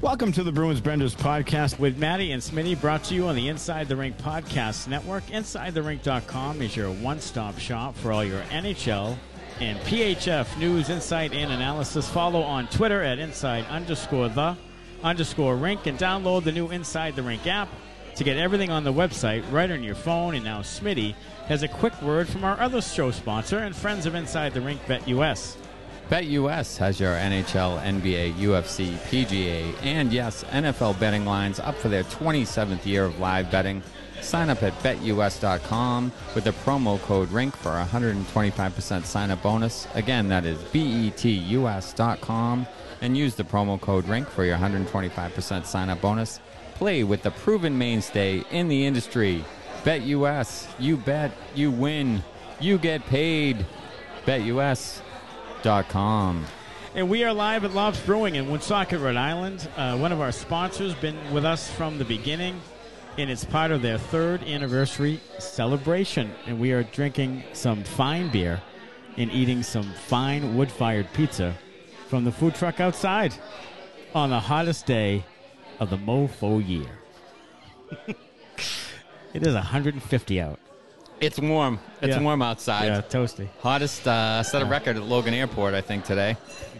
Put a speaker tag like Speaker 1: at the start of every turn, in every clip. Speaker 1: Welcome to the Bruins Brenders podcast with Maddie and Smitty, brought to you on the Inside the Rink podcast network. InsideTheRink.com is your one stop shop for all your NHL and PHF news, insight, and analysis. Follow on Twitter at inside underscore the underscore rink and download the new Inside the Rink app to get everything on the website right on your phone. And now Smitty has a quick word from our other show sponsor and friends of Inside the Rink, Bet US.
Speaker 2: BetUS has your NHL, NBA, UFC, PGA, and yes, NFL betting lines up for their 27th year of live betting. Sign up at betus.com with the promo code RINK for a 125% sign up bonus. Again, that is E betus.com and use the promo code RINK for your 125% sign up bonus. Play with the proven mainstay in the industry. BetUS, you bet, you win, you get paid. BetUS com.
Speaker 1: And we are live at Lobs Brewing in Woonsocket, Rhode Island. Uh, one of our sponsors, been with us from the beginning, and it's part of their third anniversary celebration. And we are drinking some fine beer and eating some fine wood fired pizza from the food truck outside on the hottest day of the mofo year. it is 150 out.
Speaker 2: It's warm. It's
Speaker 1: Yeah.
Speaker 2: warm outside.
Speaker 1: Yeah, toasty.
Speaker 2: Hottest uh, set a record at Logan Airport, I think, today.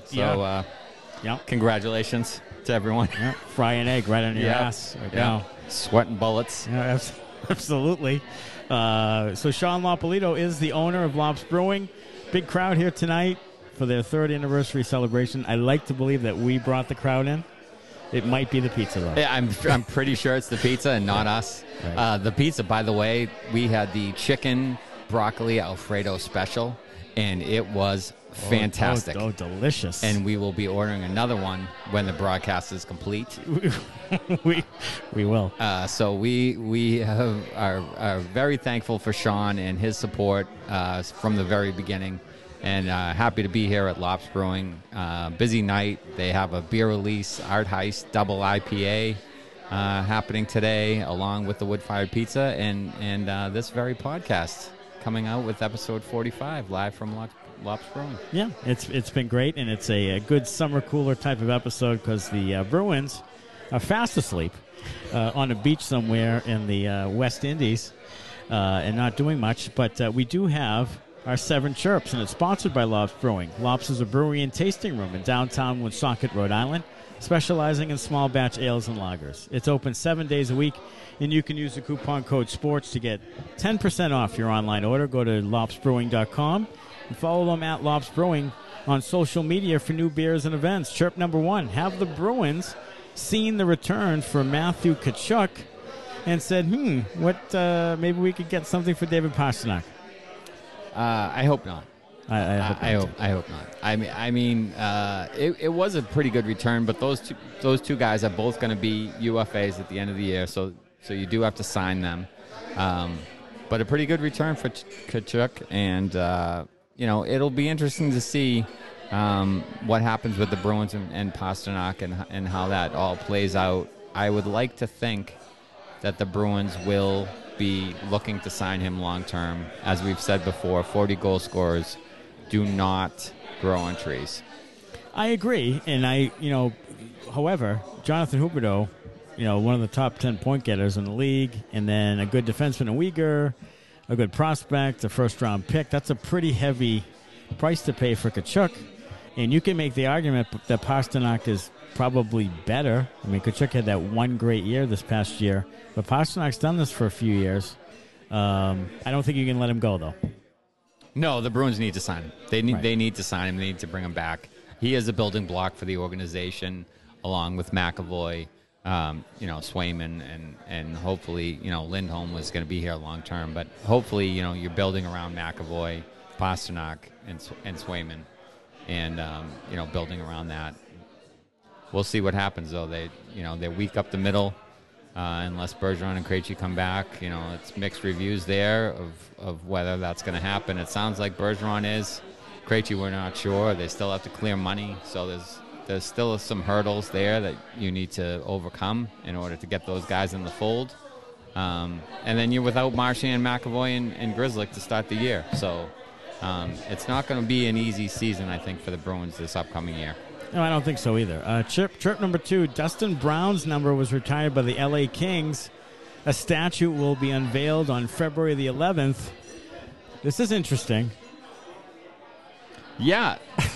Speaker 2: So,
Speaker 1: Yeah.
Speaker 2: uh,
Speaker 1: Yep.
Speaker 2: congratulations to everyone.
Speaker 1: yep. Fry an egg right on your
Speaker 2: Yeah.
Speaker 1: ass right
Speaker 2: Yeah.
Speaker 1: now.
Speaker 2: Sweating bullets.
Speaker 1: Yeah, abs- absolutely. Uh, so Sean Lopolito is the owner of Lops Brewing. Big crowd here tonight for their third anniversary celebration. I like to believe that we brought the crowd in. It might be the pizza though.
Speaker 2: Yeah, I'm, I'm pretty sure it's the pizza and not us.
Speaker 1: Right.
Speaker 2: Uh, the pizza, by the way, we had the chicken broccoli Alfredo special, and it was fantastic.
Speaker 1: Oh, oh, delicious.
Speaker 2: And we will be ordering another one when the broadcast is complete.
Speaker 1: we we will.
Speaker 2: Uh, so we we have, are, are very thankful for Sean and his support uh, from the very beginning, and uh, happy to be here at Lops Brewing. Uh, busy night. They have a beer release, art heist, double IPA uh, happening today, along with the wood fired pizza and and uh, this very podcast coming out with episode forty five live from Lops, Lops Brewing.
Speaker 1: Yeah, it's it's been great, and it's a, a good summer cooler type of episode because the uh, Bruins are fast asleep uh, on a beach somewhere in the uh, West Indies uh, and not doing much. But uh, we do have our seven chirps, and it's sponsored by Lops Brewing. Lops is a brewery and tasting room in downtown Woonsocket, Rhode Island, specializing in small batch ales and lagers. It's open seven days a week, and you can use the coupon code SPORTS to get 10% off your online order. Go to lopsbrewing.com and follow them at Lops Brewing on social media for new beers and events. Chirp number one: Have the Bruins seen the return for Matthew Kachuk, and said, "Hmm, what? Uh, maybe we could get something for David Pasternak."
Speaker 2: Uh, I hope not.
Speaker 1: I, I hope
Speaker 2: I, I
Speaker 1: not.
Speaker 2: hope I hope not. I mean, I mean, uh, it, it was a pretty good return, but those two, those two guys are both going to be UFAs at the end of the year, so so you do have to sign them. Um, but a pretty good return for Ch- Kachuk, and uh, you know it'll be interesting to see um, what happens with the Bruins and, and Pasternak and and how that all plays out. I would like to think that the Bruins will be looking to sign him long term. As we've said before, 40 goal scorers do not grow on trees.
Speaker 1: I agree, and I, you know, however, Jonathan Huberdeau, you know, one of the top ten point getters in the league, and then a good defenseman in Uyghur, a good prospect, a first round pick. That's a pretty heavy price to pay for Kachuk, and you can make the argument that Pasternak is probably better. I mean, Kachuk had that one great year this past year, but Pasternak's done this for a few years. Um, I don't think you can let him go though.
Speaker 2: No, the Bruins need to sign him. They need
Speaker 1: Right.
Speaker 2: they need to sign him. They need to bring him back. He is a building block for the organization, along with McAvoy, um, you know, Swayman, and and hopefully, you know, Lindholm was going to be here long term. But hopefully, you know, you're building around McAvoy, Pasternak, and Sw- and Swayman, and um, you know, building around that. We'll see what happens though. They you know they're weak up the middle. Uh, unless Bergeron and Krejci come back. You know, it's mixed reviews there of, of whether that's going to happen. It sounds like Bergeron is. Krejci, we're not sure. They still have to clear money, so there's there's still some hurdles there that you need to overcome in order to get those guys in the fold. Um, and then you're without Marchand, McAvoy, and, and Grizzlick to start the year. So um, it's not going to be an easy season, I think, for the Bruins this upcoming year.
Speaker 1: No, I don't think so either. Uh, chip, trip number two, Dustin Brown's number was retired by the LA Kings. A statue will be unveiled on February the 11th. This is interesting.
Speaker 2: Yeah.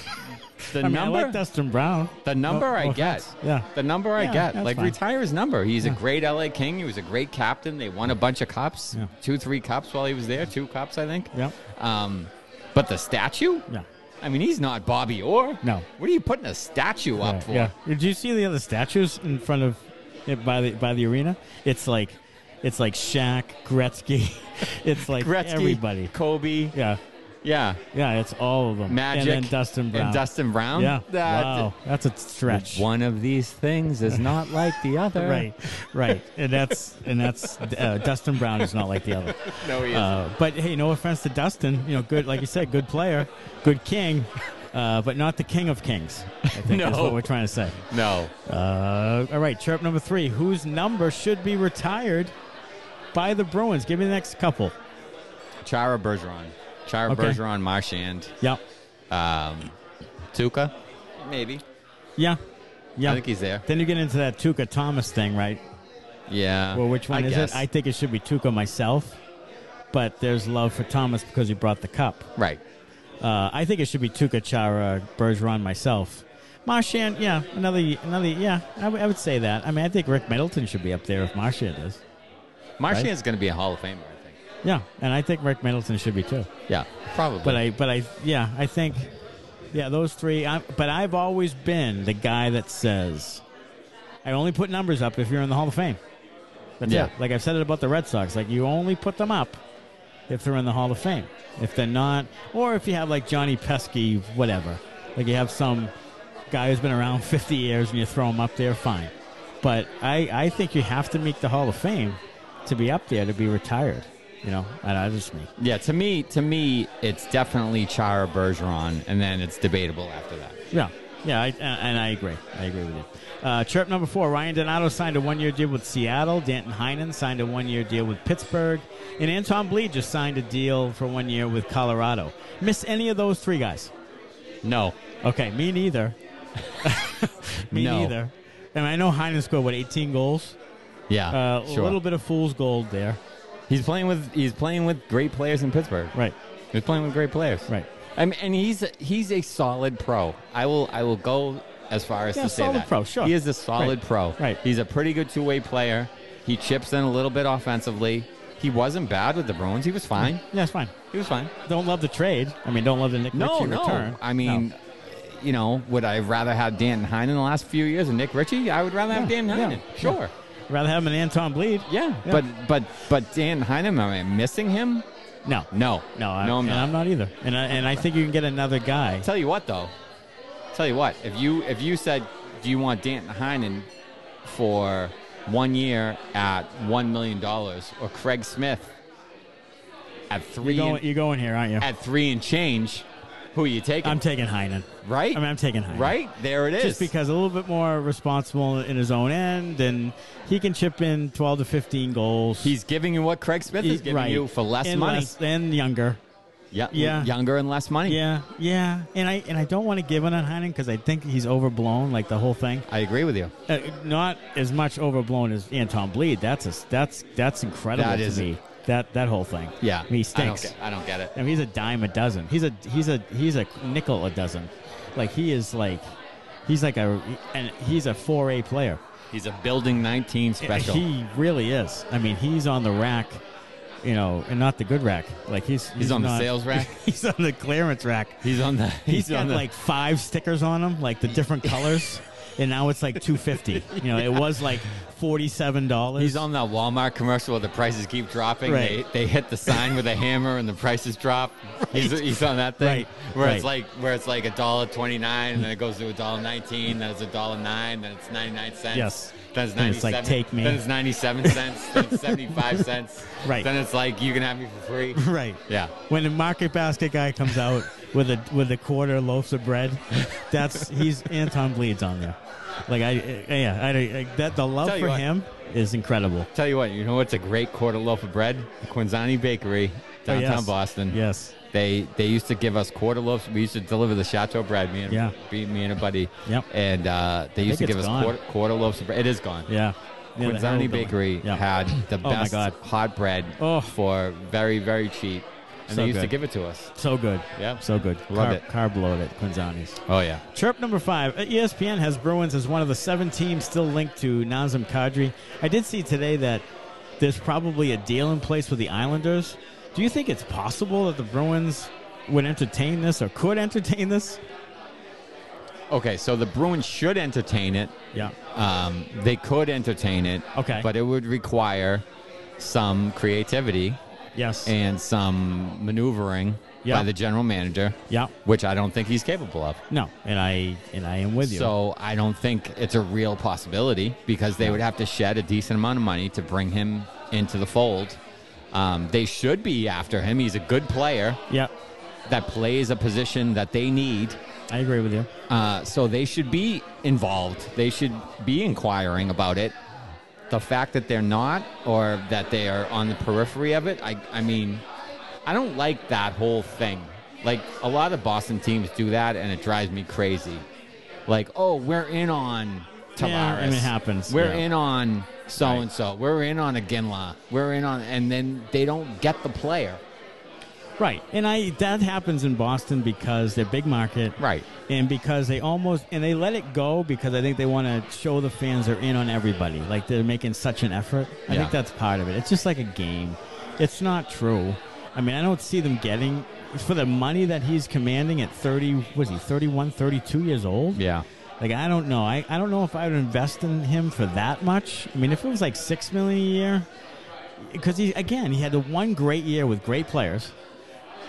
Speaker 2: The
Speaker 1: I mean, I
Speaker 2: number,
Speaker 1: like Dustin Brown.
Speaker 2: the number
Speaker 1: No-
Speaker 2: I
Speaker 1: no
Speaker 2: get.
Speaker 1: offense. Yeah.
Speaker 2: The number I
Speaker 1: Yeah,
Speaker 2: get.
Speaker 1: that's
Speaker 2: Like
Speaker 1: fine.
Speaker 2: retire his number. He's a great LA King. He was a great captain. They won a bunch of cups.
Speaker 1: Yeah.
Speaker 2: Two, three cups while he was there. Two cups, I think.
Speaker 1: Yep.
Speaker 2: Um, but the statue?
Speaker 1: Yeah.
Speaker 2: I mean, he's not Bobby Orr.
Speaker 1: No.
Speaker 2: What are you putting a statue
Speaker 1: Yeah,
Speaker 2: up for?
Speaker 1: yeah. Did you see the other statues in front of it by the by the arena? It's like it's like Shaq, Gretzky. it's like
Speaker 2: Gretzky,
Speaker 1: everybody.
Speaker 2: Kobe.
Speaker 1: Yeah.
Speaker 2: Yeah.
Speaker 1: Yeah, it's all of them.
Speaker 2: Magic.
Speaker 1: and then Dustin Brown.
Speaker 2: And Dustin Brown?
Speaker 1: Yeah.
Speaker 2: That-
Speaker 1: wow. That's a stretch.
Speaker 2: One of these things is not like the other.
Speaker 1: Right. Right. and that's and that's uh, Dustin Brown is not like the other.
Speaker 2: No, he
Speaker 1: Uh, but hey, no offense to Dustin. You know, good, like you said, good player, good king, uh, but not the king of kings. I think is
Speaker 2: No.
Speaker 1: what we're trying to say.
Speaker 2: isn't. No.
Speaker 1: Uh, all right, chirp number three. Whose number should be retired by the Bruins? Give me the next couple.
Speaker 2: Chara Bergeron. Chara
Speaker 1: Okay.
Speaker 2: Bergeron, Marchand.
Speaker 1: Yep.
Speaker 2: Um, Tuca? Maybe.
Speaker 1: Yeah. Yeah.
Speaker 2: I think he's there.
Speaker 1: then you get into that Tuca Thomas thing, right?
Speaker 2: Yeah.
Speaker 1: Well, which one
Speaker 2: I
Speaker 1: is
Speaker 2: guess.
Speaker 1: it? I think it should be Tuca myself, but there's love for Thomas because he brought the cup.
Speaker 2: right.
Speaker 1: Uh, I think it should be Tuca Chara Bergeron myself. Marchand, yeah, another, another, yeah. I would- I would say that. I mean, I think Rick Middleton should be up there if Marchand is.
Speaker 2: Marchand's going to be a Hall of Famer, I think.
Speaker 1: Yeah, and I think Rick Middleton should be too.
Speaker 2: Yeah. Probably.
Speaker 1: But I, but I, yeah, I think, yeah, those three. I, but I've always been the guy that says, I only put numbers up if you're in the Hall of Fame. That's
Speaker 2: Yeah.
Speaker 1: it. Like I've said it about the Red Sox. Like you only put them up if they're in the Hall of Fame. If they're not, or if you have like Johnny Pesky, whatever. Like you have some guy who's been around 50 years and you throw him up there, fine. But I, I think you have to make the Hall of Fame to be up there to be retired. You know, and I just me.
Speaker 2: yeah, to me, to me, it's definitely Chara Bergeron, and then it's debatable after that.
Speaker 1: Yeah, yeah, I, uh, and I agree. I agree with you. Uh, chirp number four: Ryan Donato signed a one-year deal with Seattle. Danton Heinen signed a one-year deal with Pittsburgh, and Anton Blee just signed a deal for one year with Colorado. Miss any of those three guys?
Speaker 2: No.
Speaker 1: Okay, me neither. me
Speaker 2: No.
Speaker 1: neither. And I know Heinen scored what 18 goals.
Speaker 2: Yeah.
Speaker 1: Uh,
Speaker 2: sure.
Speaker 1: A little bit of fool's gold there.
Speaker 2: He's playing with he's playing with great players in Pittsburgh.
Speaker 1: Right.
Speaker 2: He's playing with great players.
Speaker 1: Right.
Speaker 2: I mean, and he's he's a solid pro. I will I will go as far as
Speaker 1: Yeah,
Speaker 2: to say
Speaker 1: solid
Speaker 2: that.
Speaker 1: pro, sure.
Speaker 2: He is a solid
Speaker 1: Right.
Speaker 2: pro.
Speaker 1: Right.
Speaker 2: He's a pretty good two way player. He chips in a little bit offensively. He wasn't bad with the Bruins. He was fine.
Speaker 1: Yeah, it's fine.
Speaker 2: He was fine.
Speaker 1: Don't love the trade. I mean, don't love the Nick
Speaker 2: No,
Speaker 1: Ritchie
Speaker 2: no.
Speaker 1: return.
Speaker 2: I mean,
Speaker 1: No.
Speaker 2: you know, would I rather have Dan Heinen the last few years and Nick Ritchie? I would rather have
Speaker 1: Yeah,
Speaker 2: Dan
Speaker 1: yeah,
Speaker 2: Heinen.
Speaker 1: yeah.
Speaker 2: Sure.
Speaker 1: rather have him than Anton Bleed.
Speaker 2: Yeah.
Speaker 1: Yeah.
Speaker 2: But but but Dan Heinen, am I missing him?
Speaker 1: No,
Speaker 2: No.
Speaker 1: No, I,
Speaker 2: no, I'm
Speaker 1: and
Speaker 2: not.
Speaker 1: I'm not either. And I, and I think you can get another guy.
Speaker 2: Tell you what, though. Tell you what. If you if you said, do you want Danton Heinen for one year at one million dollars, or Craig Smith at
Speaker 1: You're
Speaker 2: three
Speaker 1: going,
Speaker 2: and,
Speaker 1: you're going here, aren't you?
Speaker 2: at three and change, who are you taking?
Speaker 1: I'm taking Heinen.
Speaker 2: right.
Speaker 1: I mean, I'm taking Heinen.
Speaker 2: right there it is.
Speaker 1: Just because a little bit more responsible in his own end, and he can chip in 12 to 15 goals.
Speaker 2: he's giving you what Craig Smith
Speaker 1: He-
Speaker 2: is giving
Speaker 1: right.
Speaker 2: you for less
Speaker 1: And
Speaker 2: money.
Speaker 1: less- and younger.
Speaker 2: yeah,
Speaker 1: yeah.
Speaker 2: Younger and less money.
Speaker 1: Yeah, yeah. And I and I don't want to give in on Heinen because I think he's overblown, like the whole thing.
Speaker 2: I agree with you.
Speaker 1: Uh, not as much overblown as Anton Bleed. That's a, that's that's incredible
Speaker 2: That
Speaker 1: to
Speaker 2: is-
Speaker 1: me. That that whole thing.
Speaker 2: Yeah.
Speaker 1: he
Speaker 2: I don't
Speaker 1: stinks.
Speaker 2: get, I don't get it.
Speaker 1: I mean, he's a dime a dozen. He's a he's a he's a nickel a dozen. Like he is like he's like a and he's a four A player.
Speaker 2: He's a building 19 special.
Speaker 1: He really is. I mean, he's on the rack, you know, and not the good rack. Like he's he's,
Speaker 2: on the
Speaker 1: not-
Speaker 2: sales rack?
Speaker 1: he's on the clearance rack.
Speaker 2: he's on the.
Speaker 1: he's got
Speaker 2: on the,
Speaker 1: like five stickers on him, like the different colors. And now it's like two fifty. You know, it was like forty seven dollars.
Speaker 2: He's on that Walmart commercial where the prices keep dropping.
Speaker 1: Right.
Speaker 2: They, they hit the sign with a hammer and the prices drop. He's, he's on that thing
Speaker 1: Right,
Speaker 2: where it's
Speaker 1: right.
Speaker 2: like where it's like a dollar twenty nine, and then it goes to a dollar nineteen, then it's a dollar nine, then it's ninety nine cents.
Speaker 1: Yes.
Speaker 2: Then it's,
Speaker 1: Then it's like,
Speaker 2: 97
Speaker 1: take me.
Speaker 2: Then it's 97 cents. then it's 75 cents.
Speaker 1: Right.
Speaker 2: Then it's like, you can have me for free.
Speaker 1: Right.
Speaker 2: Yeah.
Speaker 1: When the market basket guy comes out with a with a quarter loaves of bread, that's he's Anton bleeds on there. Like I, I- yeah, I, I that the love
Speaker 2: Tell you
Speaker 1: for
Speaker 2: what.
Speaker 1: him is incredible.
Speaker 2: Tell you what, you know what's a great quarter loaf of bread? The Quinzani Bakery,
Speaker 1: Oh,
Speaker 2: downtown
Speaker 1: yes.
Speaker 2: Boston.
Speaker 1: Yes.
Speaker 2: They they used to give us quarter loaves. We used to deliver the Chateau bread, me and
Speaker 1: Yeah.
Speaker 2: be- me and a buddy.
Speaker 1: Yep.
Speaker 2: And uh, they used to
Speaker 1: think
Speaker 2: give
Speaker 1: it's
Speaker 2: us
Speaker 1: gone.
Speaker 2: quarter, quarter loaves of bread. It is gone.
Speaker 1: Yeah. Yeah, the Harold
Speaker 2: Quinzani
Speaker 1: Dillon.
Speaker 2: Bakery
Speaker 1: Yeah. Oh
Speaker 2: had the
Speaker 1: my
Speaker 2: best
Speaker 1: God.
Speaker 2: hot bread
Speaker 1: Oh.
Speaker 2: for very, very cheap. And
Speaker 1: So
Speaker 2: they used to
Speaker 1: good.
Speaker 2: give it to us.
Speaker 1: so good.
Speaker 2: Yeah.
Speaker 1: So good.
Speaker 2: Love
Speaker 1: carb,
Speaker 2: it.
Speaker 1: Carb load at Quinzani's.
Speaker 2: Oh, yeah.
Speaker 1: Chirp number five. Uh, ESPN has Bruins as one of the seven teams still linked to Nazem Kadri. I did see today that there's probably a deal in place with the Islanders. Do you think it's possible that the Bruins would entertain this or could entertain this?
Speaker 2: Okay, so the Bruins should entertain it.
Speaker 1: Yeah.
Speaker 2: Um, they could entertain it.
Speaker 1: Okay.
Speaker 2: But it would require some creativity
Speaker 1: Yes.
Speaker 2: and some maneuvering
Speaker 1: Yeah.
Speaker 2: by the general manager,
Speaker 1: yeah.
Speaker 2: which I don't think he's capable of.
Speaker 1: No. And I and I am with you.
Speaker 2: So I don't think it's a real possibility because they would have to shed a decent amount of money to bring him into the fold. Um, they should be after him. He's a good player
Speaker 1: yeah.
Speaker 2: that plays a position that they need.
Speaker 1: I agree with you.
Speaker 2: Uh, so they should be involved. They should be inquiring about it. The fact that they're not, or that they are on the periphery of it, I, I mean, I don't like that whole thing. Like a lot of Boston teams do that, and it drives me crazy. Like, oh, we're in on Tavares.
Speaker 1: Yeah, I mean, it happens,
Speaker 2: We're
Speaker 1: yeah.
Speaker 2: in on so and so. We're in on a Ginla. We're in on, and then they don't get the player.
Speaker 1: Right. And I that happens in Boston because they're big market.
Speaker 2: Right.
Speaker 1: And because they almost and they let it go because I think they want to show the fans they're in on everybody. Like they're making such an effort. I
Speaker 2: Yeah.
Speaker 1: think that's part of it. It's just like a game. It's not true. I mean, I don't see them getting for the money that he's commanding at 30 was he 31 32 years old?
Speaker 2: Yeah.
Speaker 1: Like I don't know. I, I don't know if I would invest in him for that much. I mean, if it was like six million a year, because he again he had the one great year with great players.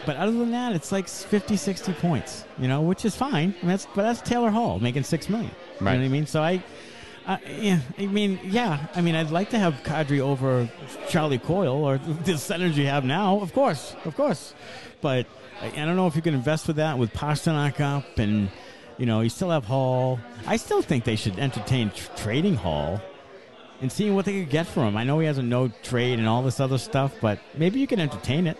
Speaker 1: But other than that, it's like 50, 60 points, you know, which is fine. And that's but that's Taylor Hall making six million. You
Speaker 2: Right.
Speaker 1: know what I mean? So I, I, yeah, I mean, yeah, I mean, I'd like to have Kadri over Charlie Coyle or the centers you have now, of course, of course. But I, I don't know if you can invest with that with Pasternak up and you know you still have Hall. I still think they should entertain tr- trading Hall and seeing what they could get from him. I know he has a no trade and all this other stuff, but maybe you can entertain it.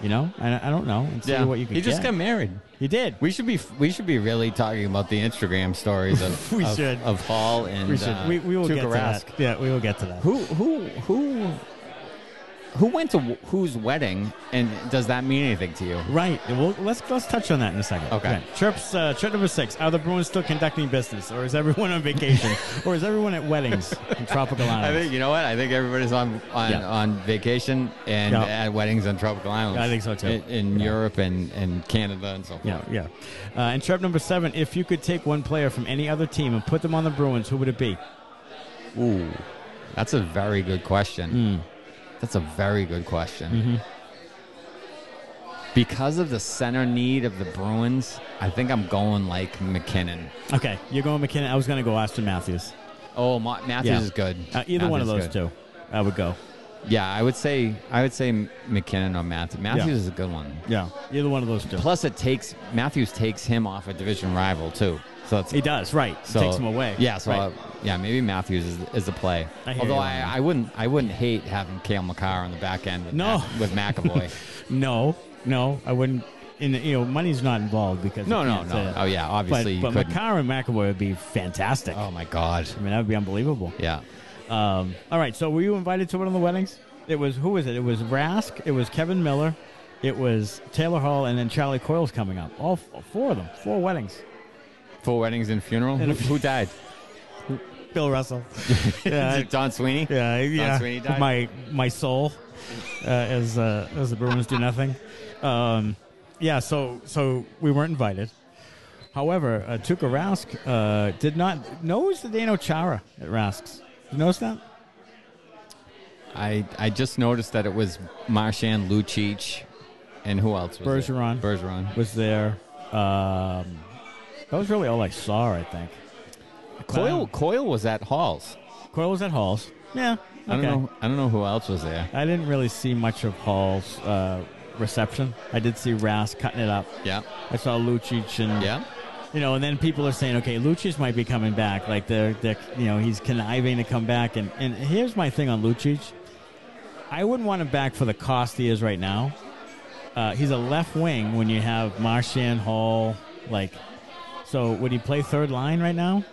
Speaker 1: You know, I, I don't know and see what you can
Speaker 2: he
Speaker 1: get.
Speaker 2: just got married.
Speaker 1: he did.
Speaker 2: We should be we should be really talking about the Instagram stories of
Speaker 1: We
Speaker 2: of,
Speaker 1: should.
Speaker 2: of Hall and
Speaker 1: We should.
Speaker 2: uh,
Speaker 1: we, we will get to
Speaker 2: Tukarask.
Speaker 1: that. Yeah, we will get to that.
Speaker 2: Who who who who went to wh- whose wedding and does that mean anything to you?
Speaker 1: Right. Well, let's let's touch on that in a second.
Speaker 2: Okay.
Speaker 1: Right. Trips. Uh, trip number six. Are the Bruins still conducting business, or is everyone on vacation, or is everyone at weddings in tropical
Speaker 2: I
Speaker 1: islands?
Speaker 2: think you know what I think everybody's on on,
Speaker 1: Yeah.
Speaker 2: on vacation and
Speaker 1: Yeah.
Speaker 2: at weddings on tropical islands.
Speaker 1: I think so, too.
Speaker 2: In, in Europe and, and Canada and so forth.
Speaker 1: yeah, yeah. Uh, and trip number seven. If you could take one player from any other team and put them on the Bruins, who would it be?
Speaker 2: Ooh, that's a very good
Speaker 1: Hmm.
Speaker 2: question. That's a very good question.
Speaker 1: Mm-hmm.
Speaker 2: Because of the center need of the Bruins, I think I'm going like McKinnon.
Speaker 1: Okay, you're going McKinnon. I was going to go Austin Matthews.
Speaker 2: Oh, Ma- Matthews
Speaker 1: Yeah.
Speaker 2: is good.
Speaker 1: Uh, either one of those
Speaker 2: Matthews is good.
Speaker 1: two, I would go.
Speaker 2: Yeah, I would say I would say M- McKinnon or Matthews. Matthews is a good one.
Speaker 1: Yeah, either one of those two.
Speaker 2: Plus, it takes Matthews takes him off a division rival too. So that's
Speaker 1: he does right.
Speaker 2: So,
Speaker 1: Takes him away.
Speaker 2: Yeah, so
Speaker 1: right.
Speaker 2: uh, yeah, maybe Matthews is, is the play.
Speaker 1: I hear
Speaker 2: Although
Speaker 1: you on
Speaker 2: I,
Speaker 1: that.
Speaker 2: I wouldn't I wouldn't hate having Kale McCarr on the back end with,
Speaker 1: No.
Speaker 2: Mac- with McAvoy.
Speaker 1: no, no, I wouldn't. And you know, money's not involved because
Speaker 2: no,
Speaker 1: you
Speaker 2: no,
Speaker 1: can't
Speaker 2: no.
Speaker 1: say that.
Speaker 2: Oh yeah, obviously
Speaker 1: but
Speaker 2: you
Speaker 1: but
Speaker 2: couldn't.
Speaker 1: McCarr and McAvoy would be fantastic.
Speaker 2: oh my god.
Speaker 1: I mean, that would be unbelievable.
Speaker 2: Yeah.
Speaker 1: Um, all right, so were you invited to one of the weddings? It was who was it? It was Rask. It was Kevin Miller. It was Taylor Hall, and then Charlie Coyle's coming up. All f- four of them, four weddings.
Speaker 2: Four weddings and funeral.
Speaker 1: And a-
Speaker 2: who, who died?
Speaker 1: Bill Russell.
Speaker 2: Is
Speaker 1: yeah,
Speaker 2: it Don Sweeney?
Speaker 1: yeah, yeah.
Speaker 2: Sweeney died?
Speaker 1: My my soul, uh, as uh, as the Bruins do nothing. Um, yeah, so so we weren't invited. However, uh, Tuka Rask uh, did not knows the Dano Chara at Rask's. You notice that?
Speaker 2: I I just noticed that it was Marshan Lucic, and who else? Was there?
Speaker 1: Bergeron.
Speaker 2: Bergeron.
Speaker 1: was there. Um, that was really all I saw, I think.
Speaker 2: Coil
Speaker 1: Wow.
Speaker 2: Coil was at Hall's.
Speaker 1: um, Coyle was at Halls. Yeah.
Speaker 2: I don't
Speaker 1: okay.
Speaker 2: know. I don't know who else was there.
Speaker 1: I didn't really see much of Hall's uh, reception. I did see Rask cutting it up.
Speaker 2: Yeah,
Speaker 1: I saw Lucic and
Speaker 2: yeah.
Speaker 1: you know, and then people are saying, okay, Lucic might be coming back. Like they're, they're you know, he's conniving to come back. And and here's my thing on Lucic. I wouldn't want him back for the cost he is right now. Uh, he's a left wing when you have Martian Hall. Like, so would he play third line right now?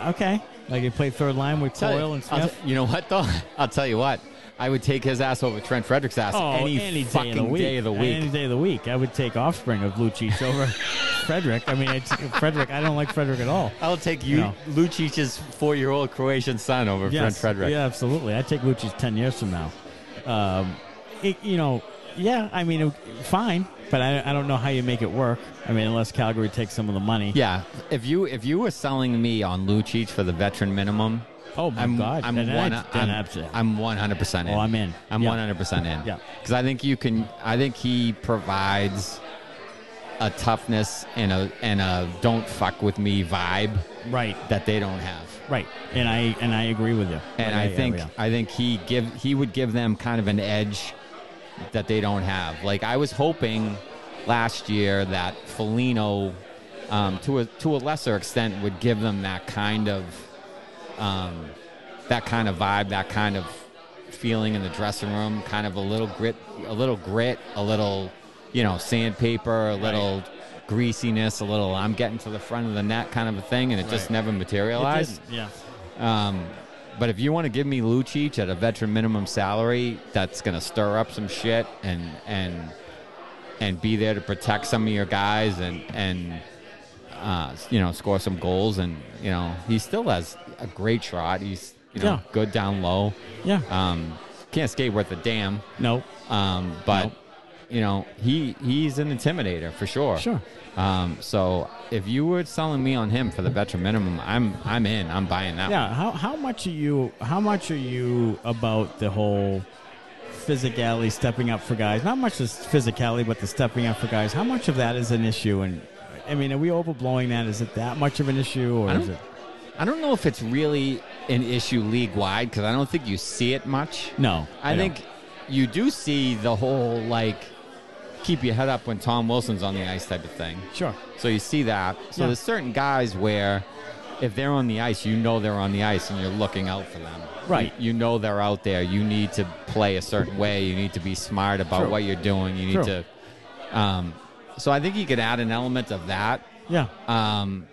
Speaker 1: Uh, okay, like he played third line with
Speaker 2: Tell you-
Speaker 1: Coyle and
Speaker 2: I'll
Speaker 1: Smith.
Speaker 2: t- you know what though? I'll tell you what. I would take his ass over Trent Frederick's ass
Speaker 1: Oh,
Speaker 2: any, fucking day of the week.
Speaker 1: Any day of the week. I would take offspring of Lucic over Frederick. I mean, it's, Frederick, I don't like Frederick at all.
Speaker 2: I'll take you,
Speaker 1: No.
Speaker 2: Lucic's four-year-old Croatian son, over Trent
Speaker 1: Yes.
Speaker 2: Frederick.
Speaker 1: Yeah, absolutely. I take Lucci's 10 years from now. Um, it, you know, yeah, I mean, it- fine, but I, I don't know how you make it work. I mean, unless Calgary takes some of the money.
Speaker 2: Yeah, if you if you were selling me on Lucic for the veteran minimum,
Speaker 1: Oh, my
Speaker 2: I'm
Speaker 1: God.
Speaker 2: I'm
Speaker 1: Then I-
Speaker 2: one
Speaker 1: then
Speaker 2: I'm,
Speaker 1: abs-
Speaker 2: I'm 100% in.
Speaker 1: Oh, I'm in.
Speaker 2: I'm
Speaker 1: Yeah.
Speaker 2: 100% in.
Speaker 1: Yeah.
Speaker 2: Cuz I think you can I think he provides a toughness and a and a don't fuck with me vibe
Speaker 1: Right.
Speaker 2: that they don't have.
Speaker 1: Right. And I and I agree with you. Like,
Speaker 2: And I
Speaker 1: yeah,
Speaker 2: think
Speaker 1: yeah.
Speaker 2: I think he give he would give them kind of an edge that they don't have. Like I was hoping last year that Felino, um, to a to a lesser extent, would give them that kind of um, that kind of vibe, that kind of feeling in the dressing room, kind of a little grit, a little grit, a little you know sandpaper, a little. Greasiness, a little. I'm getting to the front of the net, kind of a thing, and it just
Speaker 1: Right.
Speaker 2: never
Speaker 1: It
Speaker 2: materialized.
Speaker 1: didn't, yeah.
Speaker 2: Um, but if you want to give me Lucic at a veteran minimum salary, that's going to stir up some shit and and and be there to protect some of your guys and and uh, s- you know score some goals and you know he still has a great shot. He's you know
Speaker 1: Yeah.
Speaker 2: good down low.
Speaker 1: Yeah.
Speaker 2: Um, can't skate worth a damn.
Speaker 1: no.
Speaker 2: Um, but
Speaker 1: No.
Speaker 2: you know he he's an intimidator for sure.
Speaker 1: Sure.
Speaker 2: Um, so if you were selling me on him for the veteran minimum, I'm I'm in. I'm buying that.
Speaker 1: Yeah. How how much are you how much are you about the whole physicality stepping up for guys? Not much is physicality, but the stepping up for guys. How much of that is an issue? And I mean, are we overblowing that? Is it that much of an issue, or
Speaker 2: I
Speaker 1: is
Speaker 2: don't-
Speaker 1: it?
Speaker 2: I don't know if it's really an issue league wide because I don't think you see it much.
Speaker 1: No,
Speaker 2: I,
Speaker 1: don't.
Speaker 2: think you do see the whole like keep your head up when Tom Wilson's on the ice type of thing.
Speaker 1: sure.
Speaker 2: So you see that. So
Speaker 1: Yeah.
Speaker 2: there's certain guys where if they're on the ice, you know they're on the ice and you're looking out for them.
Speaker 1: Right.
Speaker 2: You, you know they're out there. You need to play a certain way. You need to be smart about
Speaker 1: True.
Speaker 2: what you're doing. You need
Speaker 1: True.
Speaker 2: to. Um, so I think you could add an element of that.
Speaker 1: Yeah.
Speaker 2: Um,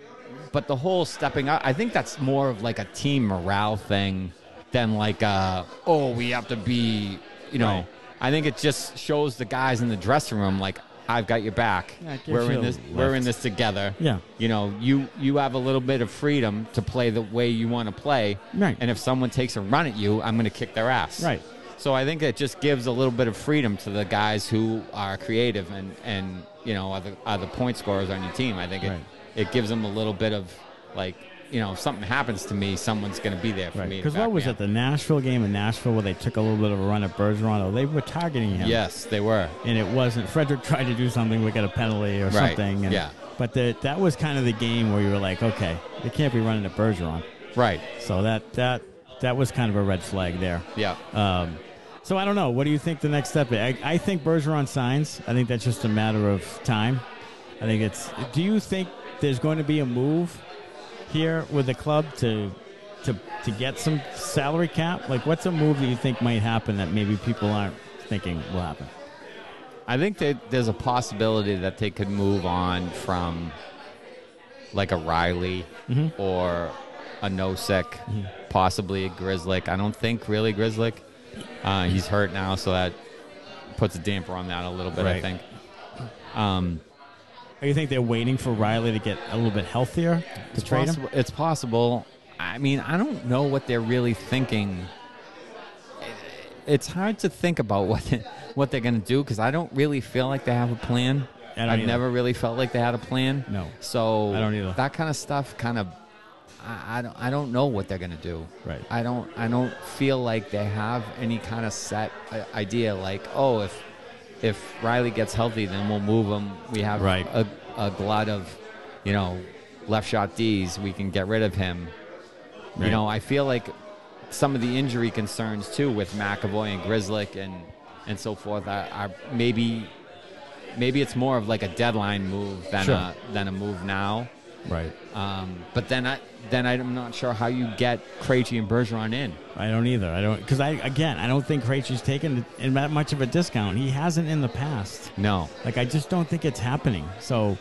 Speaker 2: but the whole stepping up, I think that's more of like a team morale thing than like, a, oh, we have to be, you know.
Speaker 1: Right.
Speaker 2: I think it just shows the guys in the dressing room like, I've got your back.
Speaker 1: Yeah, it gives
Speaker 2: we're
Speaker 1: you
Speaker 2: in
Speaker 1: a
Speaker 2: this. We're in
Speaker 1: lift.
Speaker 2: this together.
Speaker 1: Yeah.
Speaker 2: You know, you you have a little bit of freedom to play the way you want to play.
Speaker 1: Right.
Speaker 2: And if someone takes a run at you, I'm going to kick their ass.
Speaker 1: Right.
Speaker 2: So I think it just gives a little bit of freedom to the guys who are creative and, and you know are the, are the point scorers on your team. I think it,
Speaker 1: Right.
Speaker 2: it gives them a little bit of like you know if something happens to me, someone's going to be there for
Speaker 1: Right.
Speaker 2: me. to
Speaker 1: Because
Speaker 2: back
Speaker 1: what
Speaker 2: me
Speaker 1: was
Speaker 2: up.
Speaker 1: it? The Nashville game in Nashville where they took a little bit of a run at Bergeron. Oh, They were targeting him.
Speaker 2: Yes, they were.
Speaker 1: and it wasn't Frederick tried to do something, we got a penalty or
Speaker 2: Right,
Speaker 1: something. And,
Speaker 2: yeah.
Speaker 1: But the, that was kind of the game where you were like, okay, they can't be running at Bergeron.
Speaker 2: Right.
Speaker 1: So that that that was kind of a red flag there.
Speaker 2: Yeah.
Speaker 1: Um, so I don't know. What do you think the next step is? I, I think Bergeron signs. I think that's just a matter of time. I think it's. Do you think there's going to be a move here with the club to to to get some salary cap? Like, what's a move that you think might happen that maybe people aren't thinking will happen?
Speaker 2: I think that there's a possibility that they could move on from like a Riley or a Nosek, possibly a Grizzlick. I don't think really Grizzlick. Uh, he's hurt now, so that puts a damper on that a little bit. I
Speaker 1: Right.
Speaker 2: think. Um,
Speaker 1: Or you think they're waiting for Riley to get a little bit healthier to
Speaker 2: it's
Speaker 1: trade him?
Speaker 2: possible. It's possible. I mean, I don't know what they're really thinking. It's hard to think about what what they're going to do because I don't really feel like they have a plan.
Speaker 1: I don't
Speaker 2: I've
Speaker 1: either.
Speaker 2: never really felt like they had a plan.
Speaker 1: No.
Speaker 2: So
Speaker 1: I don't either.
Speaker 2: That kind of stuff, kind of. I, I don't. I don't know what they're going to do.
Speaker 1: Right.
Speaker 2: I don't. I don't feel like they have any kind of set uh, idea. Like, oh, if if Riley gets healthy, then we'll move him. We have
Speaker 1: Right.
Speaker 2: a, a glut of, you know, left shot D's. We can get rid of him. You
Speaker 1: Right.
Speaker 2: know, I feel like some of the injury concerns too with McAvoy and Grizzlick and and so forth are, are maybe maybe it's more of like a deadline move than
Speaker 1: Sure.
Speaker 2: a than a move now.
Speaker 1: Right.
Speaker 2: Um, but then I then I'm not sure how you get Krejci and Bergeron in.
Speaker 1: I don't either. I don't because I again I don't think Krejci's taken in that much of a discount. He hasn't in the past.
Speaker 2: No,
Speaker 1: Like I just don't think it's happening. So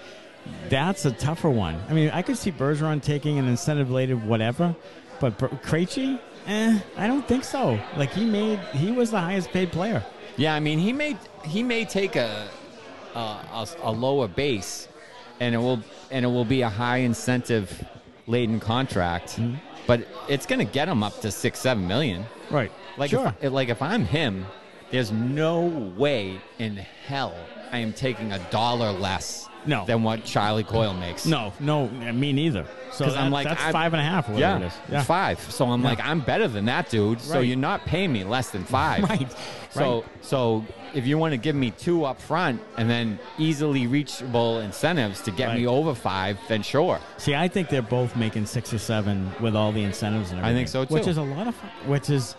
Speaker 1: that's a tougher one. I mean, I could see Bergeron taking an incentive laden whatever, but Ber- Krejci, eh, I don't think so. Like he made he was the highest paid player.
Speaker 2: Yeah, I mean, he may he may take a a, a, a lower base, and it will and it will be a high incentive laden contract,
Speaker 1: Mm-hmm.
Speaker 2: but it's going to get him up to six seven million.
Speaker 1: Right.
Speaker 2: Like
Speaker 1: sure.
Speaker 2: if, like if I'm him, there's no way in hell I am taking a dollar less
Speaker 1: No.
Speaker 2: than what Charlie Coyle makes.
Speaker 1: no, no, me neither. So
Speaker 2: Because
Speaker 1: that,
Speaker 2: I'm like,
Speaker 1: that's
Speaker 2: I-
Speaker 1: five and a half. Or whatever
Speaker 2: Yeah,
Speaker 1: it is. yeah.
Speaker 2: five. So I'm like, I'm better than that dude. So
Speaker 1: Right.
Speaker 2: you're not paying me less than five.
Speaker 1: Right.
Speaker 2: So
Speaker 1: Right.
Speaker 2: so if you want to give me two up front and then easily reachable incentives to get me
Speaker 1: Right.
Speaker 2: over five, then sure.
Speaker 1: See, I think they're both making six or seven with all the incentives and
Speaker 2: I
Speaker 1: everything.
Speaker 2: think so, too.
Speaker 1: Which is a lot of, fu- which is,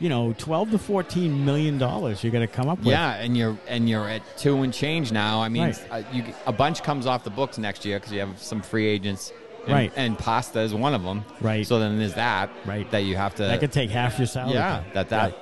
Speaker 1: you know, twelve to fourteen million dollars you're going to come up with.
Speaker 2: Yeah, and you're and you're at two and change now. I mean,
Speaker 1: Right.
Speaker 2: uh, you, a bunch comes off the books next year because you have some free agents. And,
Speaker 1: Right.
Speaker 2: and pasta is one of them.
Speaker 1: Right.
Speaker 2: So then there's that.
Speaker 1: Right.
Speaker 2: That you have to.
Speaker 1: that could take half your salary.
Speaker 2: yeah. That that.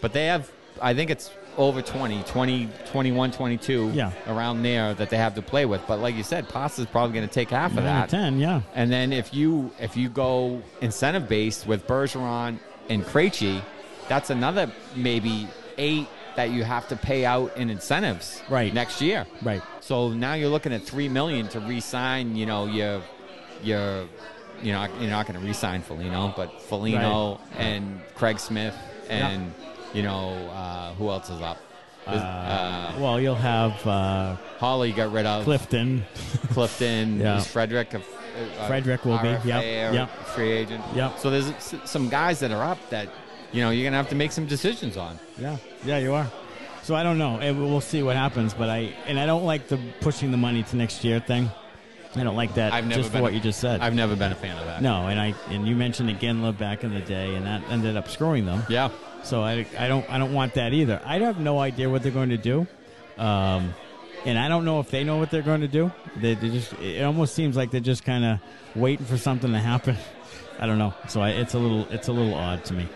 Speaker 2: But they have. I think it's over 20, 20, 21, 22,
Speaker 1: Yeah.
Speaker 2: around there that they have to play with. But like you said, pasta's probably going to take half of
Speaker 1: Nine or
Speaker 2: that.
Speaker 1: ten. Yeah.
Speaker 2: And then if you if you go incentive based with Bergeron and Krejci, that's another maybe eight that you have to pay out in incentives
Speaker 1: Right.
Speaker 2: next year.
Speaker 1: Right.
Speaker 2: So now you're looking at three million to re-sign. You know your your you know you're not going to re-sign Foligno, but Foligno and Craig Smith and you know uh, who else is up? Is- uh,
Speaker 1: Well, you'll have uh,
Speaker 2: Holly got rid of
Speaker 1: Clifton.
Speaker 2: Clifton,
Speaker 1: Yeah.
Speaker 2: is Frederick, a, a-
Speaker 1: Frederick will be,
Speaker 2: RFA
Speaker 1: yep,
Speaker 2: or
Speaker 1: yep.
Speaker 2: free agent.
Speaker 1: Yep.
Speaker 2: So there's s- some guys that are up that you know you're gonna have to make some decisions on.
Speaker 1: yeah. Yeah, you are. So I don't know. And we'll see what happens. But I and I don't like the pushing the money to next year thing. I don't like that.
Speaker 2: I've never
Speaker 1: just for
Speaker 2: been
Speaker 1: what
Speaker 2: a-
Speaker 1: you just said.
Speaker 2: I've never been a fan of that.
Speaker 1: no, and I and you mentioned Ginla back in the day, and that ended up screwing them.
Speaker 2: Yeah.
Speaker 1: So I, I don't I don't want that either. I have no idea what they're going to do, um, and I don't know if they know what they're going to do. They, they just it almost seems like they're just kind of waiting for something to happen. I don't know. So I, it's a little it's a little odd to me.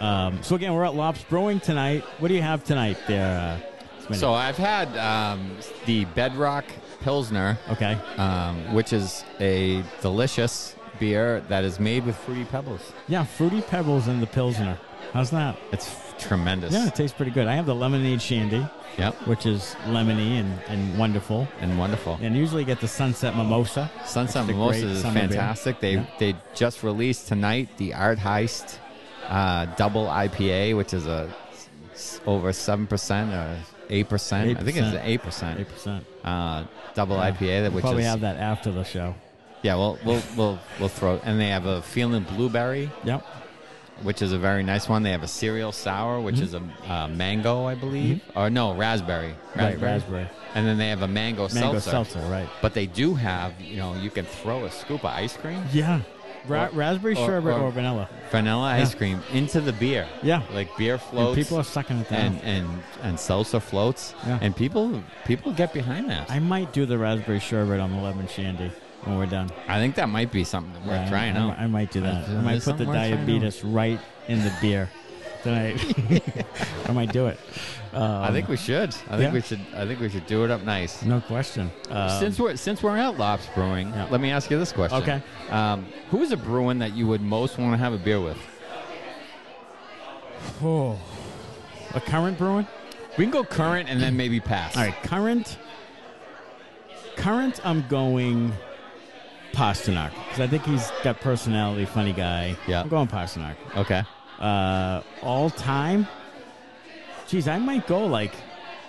Speaker 1: Um, so again, we're at Lops Brewing tonight. What do you have tonight there? Uh, Smitty?
Speaker 2: So I've had um, the Bedrock Pilsner,
Speaker 1: okay,
Speaker 2: um, which is a delicious beer that is made with fruity pebbles.
Speaker 1: yeah, fruity pebbles in the pilsner. How's that?
Speaker 2: It's tremendous.
Speaker 1: Yeah, it tastes pretty good. I have the lemonade shandy,
Speaker 2: Yep.
Speaker 1: which is lemony and, and wonderful,
Speaker 2: And wonderful.
Speaker 1: and usually get the sunset mimosa.
Speaker 2: Sunset
Speaker 1: It's a
Speaker 2: Mimosa
Speaker 1: great
Speaker 2: is
Speaker 1: summer beer.
Speaker 2: fantastic. They
Speaker 1: Yeah.
Speaker 2: they just released tonight the Art Heist uh, Double IPA, which is a s- s- over seven percent or eight percent. I think it's
Speaker 1: 8%.
Speaker 2: eight percent
Speaker 1: Eight percent.
Speaker 2: uh, double IPA. That
Speaker 1: We'll
Speaker 2: which
Speaker 1: probably
Speaker 2: is
Speaker 1: have that after the show.
Speaker 2: yeah. We'll we'll we'll we'll throw and they have a Feeling Blueberry,
Speaker 1: Yep.
Speaker 2: which is a very nice one. They have a cereal sour,
Speaker 1: Mm-hmm.
Speaker 2: which is a uh, mango, I believe, or no raspberry,
Speaker 1: Right, raspberry.
Speaker 2: and then they have a mango,
Speaker 1: Mango
Speaker 2: seltzer.
Speaker 1: seltzer, right?
Speaker 2: But they do have, you know, you can throw a scoop of ice cream.
Speaker 1: Yeah. Ra-
Speaker 2: Or-
Speaker 1: raspberry
Speaker 2: or-
Speaker 1: sherbet or,
Speaker 2: or-
Speaker 1: vanilla.
Speaker 2: vanilla
Speaker 1: Yeah.
Speaker 2: ice cream into the beer.
Speaker 1: Yeah.
Speaker 2: like beer floats.
Speaker 1: And people are sucking at that.
Speaker 2: and and and salsa floats.
Speaker 1: Yeah.
Speaker 2: And people people get behind that.
Speaker 1: I
Speaker 2: I,
Speaker 1: might do the raspberry sherbet on the lemon shandy when we're done.
Speaker 2: think that might be something that worth
Speaker 1: Yeah,
Speaker 2: trying
Speaker 1: I,
Speaker 2: out.
Speaker 1: I might do that. I might
Speaker 2: There's
Speaker 1: put the
Speaker 2: something worth trying
Speaker 1: diabetes right in the beer tonight. I might do it. Um,
Speaker 2: I think we should. I think
Speaker 1: yeah.
Speaker 2: we should. I think we should do it up nice.
Speaker 1: no question. Um,
Speaker 2: since we're since we're at Lops Brewing,
Speaker 1: Yeah.
Speaker 2: let me ask you this question.
Speaker 1: Okay.
Speaker 2: Um, who is a brewing that you would most want to have a beer with?
Speaker 1: oh, a current brewing.
Speaker 2: We can go current and then maybe past.
Speaker 1: All right, current. Current, I'm going Pasternak because I think he's got personality, funny guy.
Speaker 2: Yeah.
Speaker 1: I'm going Pasternak.
Speaker 2: Okay.
Speaker 1: Uh, all time, geez, I might go like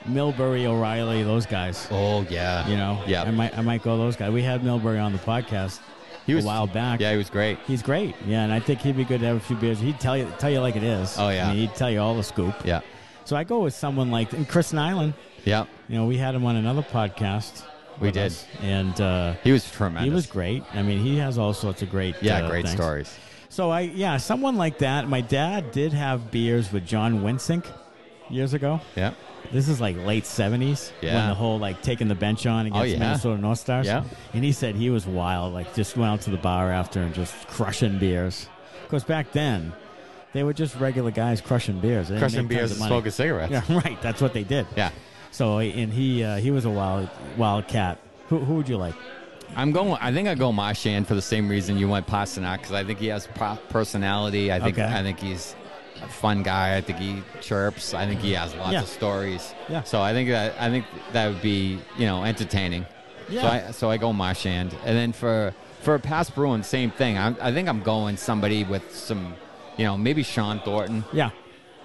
Speaker 1: Milbury, O'Reilly, those guys.
Speaker 2: Oh yeah.
Speaker 1: You know,
Speaker 2: Yeah.
Speaker 1: I might, I might go those guys. We had Milbury on the podcast
Speaker 2: He was-
Speaker 1: a while back.
Speaker 2: Yeah, he was great.
Speaker 1: He's great, yeah, and I think he'd be good to have a few beers. He'd tell you, tell you like it is.
Speaker 2: Oh, yeah.
Speaker 1: I mean, he'd tell you all the scoop.
Speaker 2: Yeah.
Speaker 1: So I go with someone like and Chris Nyland.
Speaker 2: Yeah.
Speaker 1: You know, we had him on another podcast.
Speaker 2: We
Speaker 1: with
Speaker 2: did.
Speaker 1: us, and uh,
Speaker 2: He was tremendous.
Speaker 1: he was great. I mean, he has all sorts of great,
Speaker 2: Yeah,
Speaker 1: uh,
Speaker 2: great
Speaker 1: things.
Speaker 2: stories.
Speaker 1: So I, yeah, someone like that. My dad did have beers with John Winsink years ago.
Speaker 2: Yep.
Speaker 1: This is like late seventies when
Speaker 2: Yeah.
Speaker 1: the whole like taking the bench on against
Speaker 2: Oh, yeah.
Speaker 1: Minnesota North Stars.
Speaker 2: Yeah.
Speaker 1: And he said he was wild, like just went out to the bar after and just crushing beers. Because back then, they were just regular guys crushing beers. They didn't
Speaker 2: Crushing
Speaker 1: make tons
Speaker 2: beers
Speaker 1: of
Speaker 2: and
Speaker 1: money.
Speaker 2: smoking cigarettes.
Speaker 1: Yeah, right. That's what they did.
Speaker 2: Yeah.
Speaker 1: So and he uh, he was a wild wild cat. Who who would you like?
Speaker 2: I'm going. I think I go Marshan for the same reason you went Pasternak because I think he has pro- personality. I think
Speaker 1: Okay.
Speaker 2: I think he's a fun guy. I think he chirps. I think he has lots
Speaker 1: Yeah.
Speaker 2: of stories.
Speaker 1: Yeah.
Speaker 2: So I think that I think that would be you know entertaining. So
Speaker 1: Yeah.
Speaker 2: I so I go Marchand, and then for for a past Bruin, same thing. I, I think I'm going somebody with some, you know, maybe Sean Thornton.
Speaker 1: Yeah.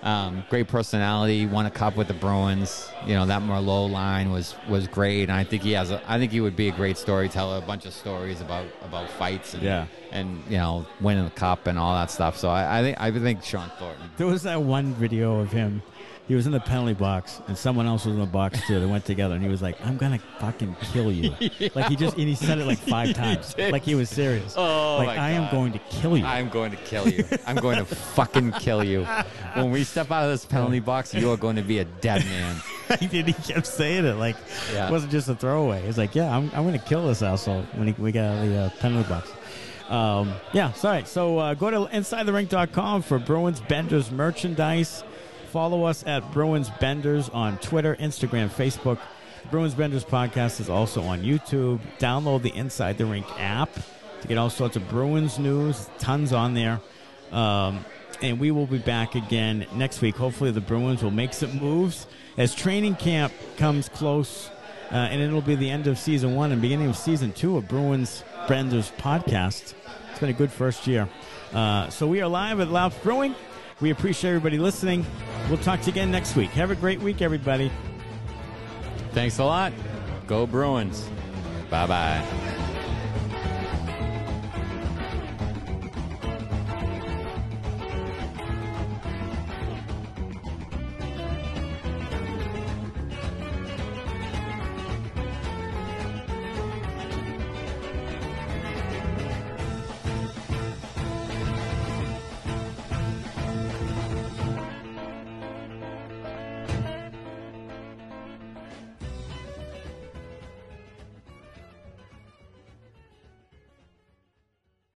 Speaker 2: Um, great personality, won a cup with the Bruins. You know that Merlot line was was great, and I think he has. A, I think he would be a great storyteller. A bunch of stories about about fights and
Speaker 1: Yeah.
Speaker 2: and you know winning the cup and all that stuff. So I, I think I think Sean Thornton.
Speaker 1: There was that one video of him. He was in the penalty box, and someone else was in the box too. They went together, and he was like, "I'm gonna fucking kill you!" Like he just and he said it like five times,
Speaker 2: did.
Speaker 1: like he was serious.
Speaker 2: Oh,
Speaker 1: like
Speaker 2: my
Speaker 1: I am
Speaker 2: God.
Speaker 1: going to kill you.
Speaker 2: I'm going to kill you. I'm going to fucking kill you. When we step out of this penalty box, you are going to be a dead man.
Speaker 1: and he kept saying it like
Speaker 2: Yeah.
Speaker 1: it wasn't just a throwaway. It's like, "Yeah, I'm, I'm gonna kill this asshole when he, we get out of the uh, penalty box." Um, yeah, so, all right. So uh, go to InsideTheRink.com for Bruins Benders merchandise. Follow us at Bruins Benders on Twitter, Instagram, Facebook. Bruins Benders podcast is also on YouTube. Download the Inside the Rink app to get all sorts of Bruins news. Tons on there. Um, and we will be back again next week. Hopefully, the Bruins will make some moves as training camp comes close. Uh, and it'll be the end of season one and beginning of season two of Bruins Benders podcast. It's been a good first year. Uh, so we are live at Loud Brewing. We appreciate everybody listening. We'll talk to you again next week. Have a great week, everybody.
Speaker 2: Thanks a lot. Go Bruins. Bye bye.